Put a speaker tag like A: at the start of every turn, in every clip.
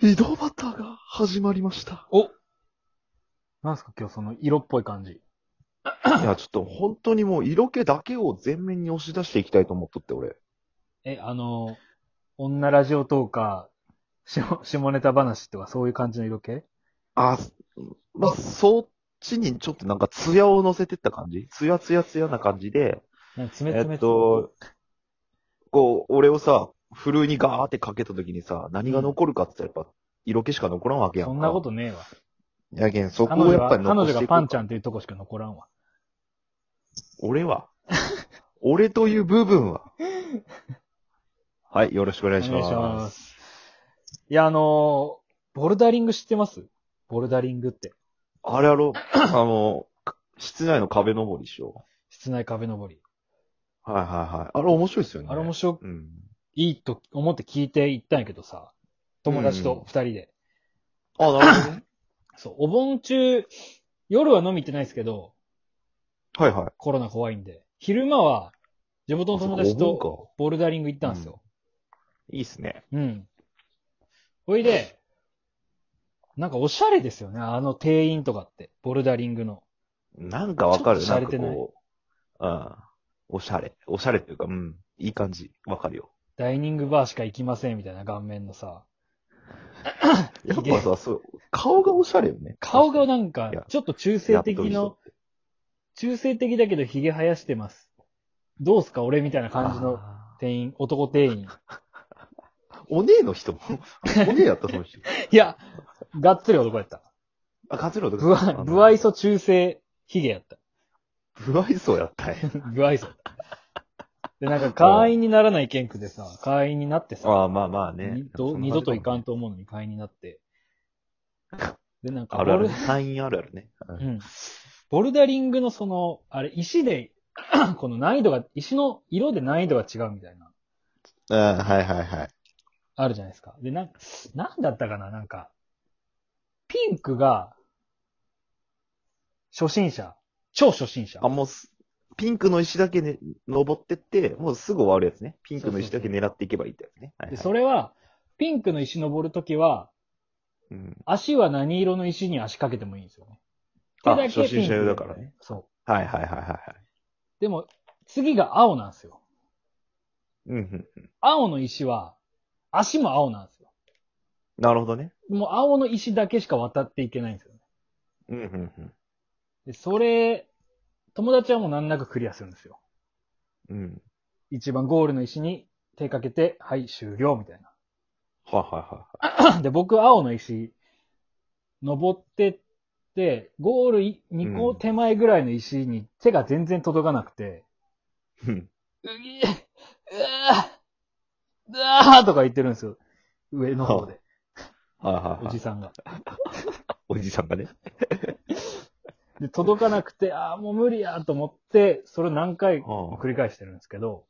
A: 移動バッターが始まりました。
B: おなんすか今日その色っぽい感じ。
A: いや、ちょっと本当にもう色気だけを前面に押し出していきたいと思っとって、俺。
B: え、あの、女ラジオトーカー、下下ネタ話とかそういう感じの色気
A: あ、すまあ、そっちにちょっとなんかツヤを乗せてった感じツヤツヤツヤな感じで、
B: なんか爪
A: え
B: 爪
A: っと、こう、俺をさ、ふるいにガーってかけた時にさ、何が残るかって言ったらやっぱ、色気しか残らんわけやんか。
B: そんなことねえわ。
A: やけん、そこ
B: 彼
A: を
B: 女
A: やっぱ
B: が、
A: り
B: 彼
A: 残
B: 女
A: して
B: が
A: いこう
B: パンちゃんっていうとこしか残らんわ。
A: 俺は。俺という部分 は。はい、よろしくお願いします。
B: お願いしますいや、あのボルダリング知ってますボルダリングって。
A: あれやろ、あの、室内の壁登りでしょ。
B: 室内壁登り。
A: はいはいはい。あれ面白いですよね。
B: あれ面白
A: 白い。うん。
B: いいと思って聞いて行ったんやけどさ、友達と二人で。
A: あ、なるほどね。
B: そう、お盆中、夜は飲み行ってないですけど、
A: はいはい。
B: コロナ怖いんで。昼間は、地元の友達
A: あそっか
B: と
A: お盆か
B: ボルダリング行ったんですよ。
A: いいっすね。
B: うん。ほいで、なんかおしゃれですよね、あの定員とかって。ボルダリングの。
A: なんかわかる。
B: ちょっと洒落てない
A: んかこう。うん。おしゃれ。おしゃれというか、うん。いい感じ。わかるよ。
B: ダイニングバーしか行きませんみたいな顔面のさ。
A: やっぱさ、そう、顔がおしゃれよね。
B: 顔がなん
A: い
B: か
A: や、
B: ちょっと中性的
A: やっ
B: の、中性的だけどヒゲ生やしてます。どうすか俺みたいな感じの
A: あ
B: 店員、男店 員。
A: ー。お姉の人も。 お姉やった、その人。
B: いや、がっつり男やった。
A: あ、カツロとあ
B: ぶわ、
A: の
B: ぶ愛想中性ヒゲやった。
A: 不愛想やったんや
B: 不愛想。で、なんか会員にならないケンクでさ、会員になってさ、
A: ああ、まあまあね
B: 二。度二度といかんと思うのに会員になって。で、なんか
A: あ
B: ボ
A: るある
B: ル
A: ね。、サインあるあるね。うん
B: うん。ボルダリングのその、あれ、石で、 この難易度が、石の色で難易度が違うみたいな、
A: うん、はいはいはい。
B: あるじゃないですか。で、なん、なんだったかななんか、ピンクが、初心者。超初心者。
A: あ、もうす、ピンクの石だけね、登ってって、もうすぐ終わるやつね。ピンクの石だけ狙っていけばいいってやつね。はいはい
B: で、それは、ピンクの石登るときは、
A: うん
B: 足は何色の石に足かけてもいいんですよね。
A: あ
B: 手だけ
A: 初心者用
B: ピンク
A: だからね。
B: そう。
A: はいはいはいはいはい。
B: でも、次が青なんですよ。
A: うんうん。
B: 青の石は、足も青なんですよ。
A: なるほどね。
B: もう青の石だけしか渡っていけないんですよね。
A: うんうん
B: で、それ、友達はもう難なくクリアするんですよ。
A: うん。うん。
B: 一番ゴールの石に手かけて、はい、終了、みたい
A: はいはいはい。
B: な。 で、僕、青の石、登ってって、ゴール2個手前ぐらいの石に手が全然届かなくて、
A: うん
B: うぎ、うあうあーとか言ってるんですよ。上の方で、
A: はいはいは
B: お
A: い
B: じ。さんが。
A: おじさんがね。
B: で、届かなくて、ああ、もう無理やと思って、それ何回
A: うん
B: も繰り返してるんです けど、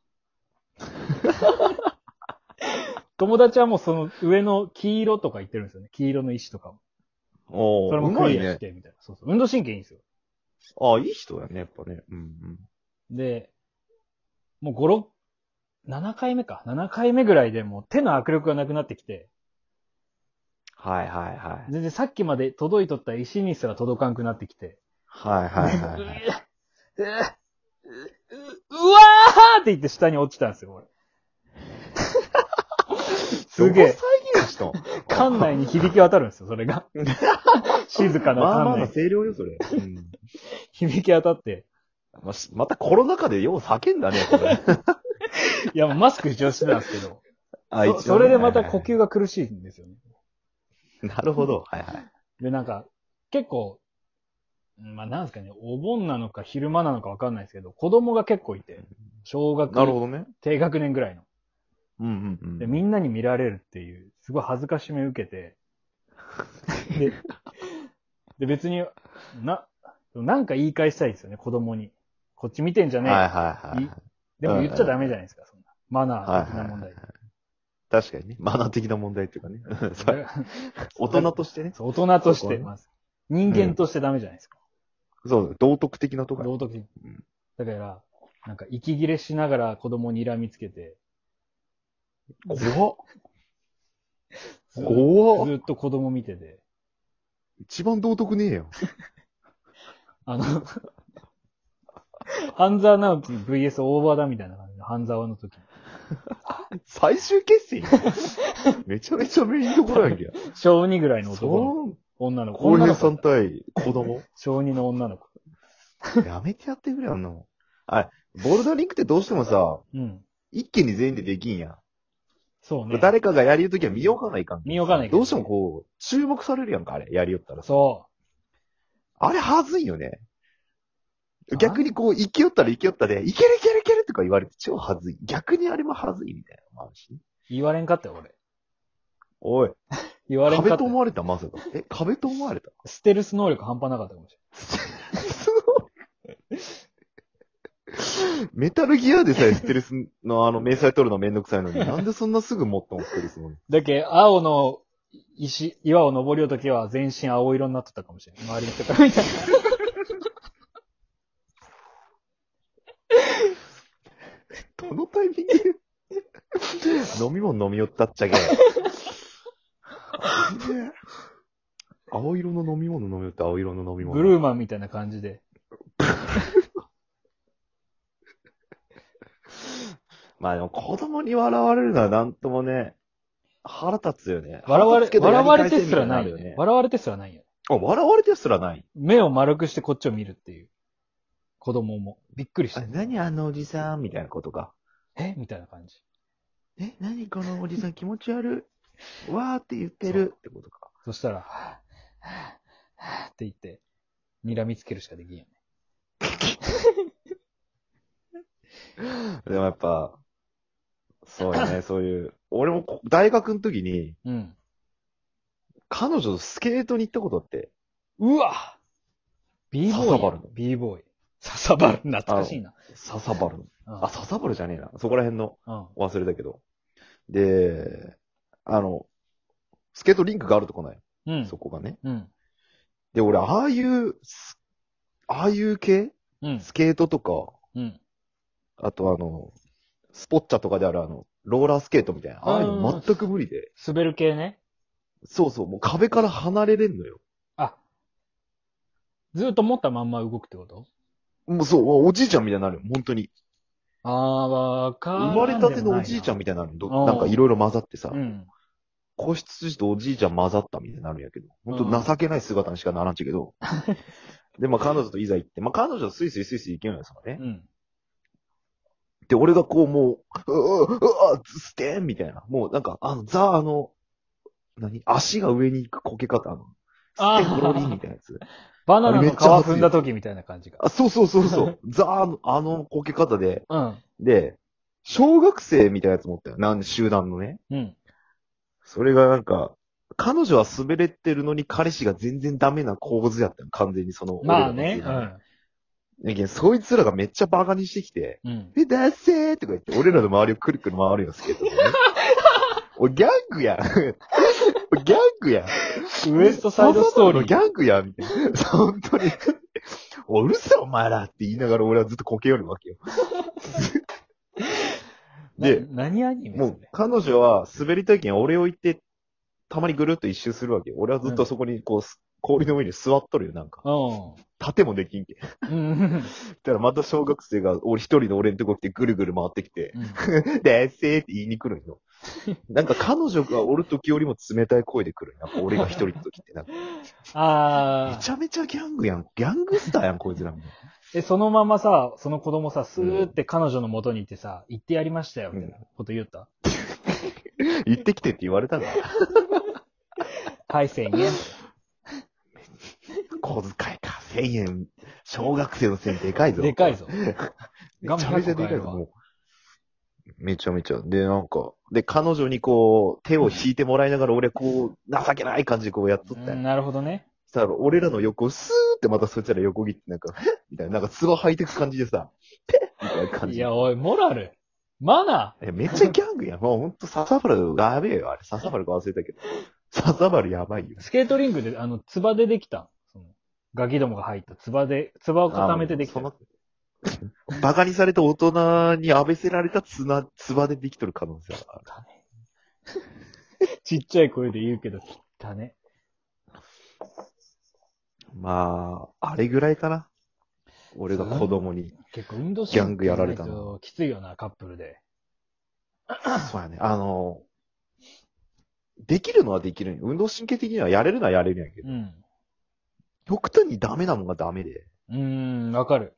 B: 友達はもうその上の黄色とか言ってるんですよね。黄色の石とかも。
A: おー
B: それも
A: うま
B: ク
A: い
B: リアし
A: ね。
B: て、みたいな。そうそう。運動神経いいんですよ。
A: ああ、いい人やね、やっぱね。うんうん。
B: で、もう5、6、7回目か。7回目ぐらいでもう手の握力がなくなってきて、
A: はいはいはい。
B: 全然さっきまで届いとった石にすら届かんくなってきて、
A: はいはいはいはい。
B: うわーって言って下に落ちたんですよ、俺。 すげえ
A: どこ、再現したん
B: 館内に響き渡るんですよ、そ れが。静かな
A: まあまあ
B: 館
A: の
B: 内に
A: 声量よ、それ。うん
B: 響き渡って。
A: まあしまたコロナ禍でよう叫んだね、これ。
B: いや、もうマスク一応してたんですけど、
A: あ
B: そそれでまた呼。吸が苦しいんですよね。
A: 一応ねはいはいなるほど。はいはい。
B: で、なんか、結構、まあなんですかね、お盆なのか昼間なのかわかんないですけど、子供が結構いて、小学、
A: なるほどね。
B: 低学年ぐらいの。
A: うんうんうん。
B: で、みんなに見られるっていう、すごい恥ずかしめ受 けて、で、で別に、な、なんか言い返したいですよね、子供に。こっち見てんじゃねえ。
A: はいはいはい
B: い。でも言っちゃダメじゃないですか、そんな。マナー的な問題。
A: 確かにね。マナー的な問題っていうかね。
B: で
A: 大人としてね。
B: そう大人とし
A: そこ
B: て、
A: ね
B: まず。人間としてダメじゃないですか。
A: そう、道徳的なとか。
B: 道徳的
A: う
B: に
A: ん。
B: だから、なんか息切れしながら子供に睨みつけて、
A: 怖っ。
B: ず
C: 怖っ
B: ずっと子供見てて。
C: 一番道徳ねえよ。
B: あの、 半沢直樹 VS オーバーだみたいな感じで、半沢の時。
C: 最終決 戦めちゃめちゃメインどころやんけ。
B: 小2ぐらいの男の
C: そう、
B: 女の子。
C: 浩
B: 女の
C: 平
B: 子
C: さん対子供
B: 小2の女の子。
C: やめてやってくれよ、あんなもん。
A: ボルダリングってどうしてもさ、
B: うん。
A: 一気に全員でできんや。
B: そうんね。
A: 誰かがやりよときは見ようかないかんけど。
B: 見ようかないけど
A: どうしてもこう、注目されるやんか、あれ。やりよったらさ。
B: そ
A: あれはずいよね
B: あ。
A: 逆にこう、行きよったら行きよったで、いけるいけるいけるとか言われて超はずい。逆にあれもはずいみたいなのもあるし。
B: う。言われんかったよ、俺。
A: おい、
B: 言われんか
A: 壁
B: った
A: と
B: よ。
A: 思われた、まさか。え、壁と思わ れた
B: ステルス能力半端なかったかもし
A: メタルギアでさえステルスのあの、明細取るのめんどくさいのに、なんでそんなすぐ持ったのステルスの。
B: れん。だけ、青の石、岩を登りようときは全身青色になってたかもしれん。周りの人から見たら。
A: どのタイミングで 飲み物飲みよったっちゃけ。
C: 青色の飲み物飲みよって青色の飲み物。
B: ブルーマンみたいな感じで。
A: まあでも子供に笑われるのはなんともね、腹立つよね。
B: 笑わ
A: 腹
B: れ
A: 立つ、けど
B: 笑わ
A: や
B: れ
A: り返
B: て
A: せ
B: すらない
A: み
B: よ
A: た
B: ね
A: に。るよね。
B: 笑われてすらないよ。
A: あ笑われてすらない。
B: 目を丸くしてこっちを見るっていう。子供も。びっくりした
A: あ。何あのおじさんみたいなことか。
B: えみたいな感じ。
A: え、何このおじさん気持ち悪い。 わーって言ってるってことか。
B: そしたら、はぁ、はぁ、はぁって言って、睨みつけるしかできんよね。
A: でもやっぱ、そうよね、そういう。俺もこ大学の時に、
B: うん。
A: 彼女とスケートに行ったことあって、
B: うわ !B ボ
A: ササ
B: ー
A: バ
B: イ
A: ル
B: や
A: の。
B: B ボーイ。ササバル、懐かしいな。
A: 笹原の。
B: うん
A: あ、笹原じゃねえな。そこら辺の
B: うん。
A: 忘れたけど。で、あの、スケートリンクがあるとこない。
B: うん。
A: そこがね。
B: うん。
A: で、俺、ああいう、すああいう系
B: うん。
A: スケートとか、
B: うん。
A: あとあの、スポッチャとかであるあの、ローラースケートみたいな。ああいうの全く無理で。
B: 滑る系ね。
A: そうそう、もう壁から離れれんのよ。
B: あ。ずーっと持ったまんま動くってこと
A: もうそう、おじいちゃんみたいになるよ、本当に。
B: あー、わか
A: 生まれたてのおじいちゃん
B: み
A: みたいになるど
B: うん
A: なんかいろいろ混ざってさ、
B: うん。
A: 個室筋とおじいちゃん混ざったみたいになるんやけど、本
B: うん
A: 当情けない姿にしかならんちゃけ ど。で、まあ彼女といざ行って、まあ彼女とスイスイスイスイ行けるんですよね
B: う。ん。
A: で、俺がこう、もう、うう、うわ、ステーンみたいな。もうなんか、あの、ザ、あの、何足が上に行くこけ方、あの、
B: あー
A: ステンロリンみたいなやつ。
B: バナナ
A: あれめ
B: の皮
A: っちゃ熱い
B: 踏んだ時みたいな感じが。
A: あ、そうそうそう そう。ザ、あの、あのこけ方で、
B: うん。
A: で、小学生みたいなやつ持ったよ。なん集団のね。
B: うん。
A: それがなんか、彼女は滑れてるのに彼氏が全然ダメな構図やったの。完全にその。
B: まあね。
A: 俺
B: う
A: らの集団
B: ん。
A: やけんそいつらがめっちゃバカにしてきて、
B: うん。
A: え、だっせーとか言って、俺らの周りをくるくる回るよ、スケー トでね。おい、ギャングやん。おいギャングやん。
B: ウエストサイドストーリ
A: のギ
B: ー。
A: ャングやん、みたいな。本当に。おい、うるせえ、お前らって言いながら俺はずっとこけよるわ けよ。 で、
B: な何アニメ
A: も
B: それ
A: う、彼女は滑りたいけん、俺を行って、たまにぐるっと一周するわけよ。俺はずっとそこに、こう、す氷の上に座っとるよ、なんか。盾もできんけ。
B: うん。
A: たらまた小学生が、俺一人の俺のとこ来てぐるぐる回ってきて、で、せーって言いに来るんよ。なんか彼女がおる時よりも冷たい声で来るんよなんか俺が一人の時って。なんかめ
B: あ
A: ち
B: あ。
A: ゃめちゃギャングやん。ギャングスターやん、こいつらも。
B: え、そのままさ、その子供さ、スーって彼女の元に行ってさ、行ってやりましたよ、みたいなこと言った。
A: 行ってきてって言われたから。
B: 大勢に。
A: 小遣いか、千円。小学生の千円でかいぞ。
B: でかいぞ。
A: めちゃめちゃでかいぞ、もう。めちゃめちゃ。で、なんか、で、彼女にこう、手を引いてもらいながら、俺こう、情けない感じでこうやっとったよ
B: うんなるほどね。
A: したら、俺らの横をスーってまたそいつら横切って、なんか、へっみたいな、なんか、ツバ履いてく感じでさ、ペッみたいな感
B: い
A: じ。
B: や、おい、モラル。マナ
A: いやめっちゃギャングやん。もうほんと、笹原やべえよ、あれ。笹原が忘れたけど。笹原やばいよ
B: ー。。スケートリングで、あの、ツバでできた。そのガキどもが入ったツバで、ツバを固めてできた
A: あ。もうそのバカにされた大人に浴びせられた綱、つばでできとる可能性がある。
B: ちっちゃい声で言うけど、切ったね。
A: まあ、あれぐらいかな。俺が子供に。
B: 結構運動
A: ギャングやられたな
B: 神経ないときついよな、カップルで。
A: そうやね。あの、できるのはできるんよ運動神経的にはやれるのはやれるんやけど、
B: うん。
A: 極端にダメなもんがダメで。
B: うーん、わかる。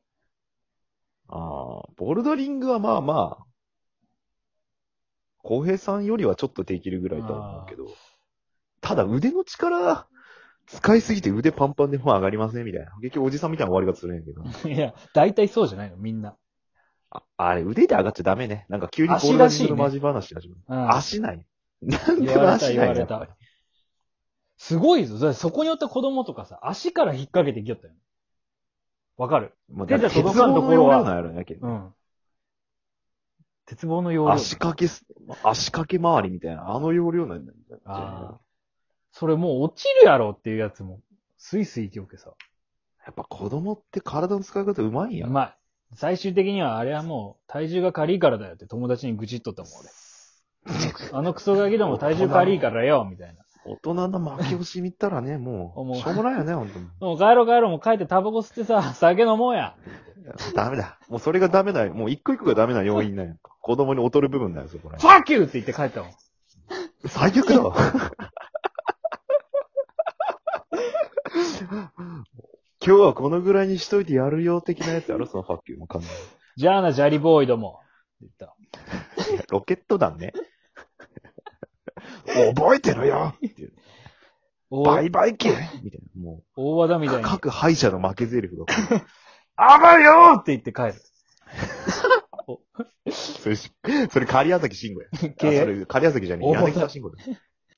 A: ああ、ボルダリングはまあまあ、浩平さんよりはちょっとできるぐらいとは思うけど、ただ腕の力、使いすぎて腕パンパンでもう上がりませんみたいな。結局おじさんみたいな終わり方するんやけど。
B: いや、大体そうじゃないの、みんな。
A: ああれ、腕で上がっちゃダメね。なんか急にボルダリングのマジ話し始める。
B: うん、
A: 足ない。なんで
B: 言われた、
A: 足
B: 言
A: ない
B: わ
A: の
B: れた。すごいぞ。だってそこによって子供とかさ、足から引っ掛けてきよったよ。わかる
A: まあ、
B: 手
A: だ
B: じ
A: から
B: ゃ届かんところ
A: 鉄
B: は
A: 棒のようなやろやけど
B: う
A: ね
B: ん。鉄棒の要領。
A: 足掛けす、足掛け回りみたいな、あの要領なんだよ
B: ああ。それもう落ちるやろっていうやつも、スイスイ行きよけさ。
A: やっぱ子供って体の使い方うまいんや
B: う。まい。最終的にはあれはもう体重が軽いからだよって友達に愚痴っとったもん俺。あのクソガキども体重軽いからよ、みたいな。
A: 大人の負け惜しみったらね、も
B: 思
A: う、
B: う
A: しょうもないよね、本当に。
B: もう帰ろう帰ろうもう帰ってタバコ吸ってさ、酒飲もうや。
A: いやダメだ。もうそれがダメだよ。もう一個一個がダメな要因なんや。子供に劣る部分だよ、そこら
B: ファッキューって言って帰ったもん。
A: 最悪だ わ。今日はこのぐらいにしといてやるよ的なやつやろ、そのファッキューも完全に
B: じゃあな、ジャリボーイども。って言っ
A: ロケット弾 ね。覚えてろよ
B: た。
A: 売買権みたいな。も
B: 大和田
A: う
B: みたい、に、
A: 各敗者の負け台詞が、
B: 暴れよって言って帰る。
A: それし、それ、狩矢崎慎吾や。あそ
B: 経 営
A: れ、狩矢崎じゃねえ、
B: 重た
A: 柳沢慎吾だ。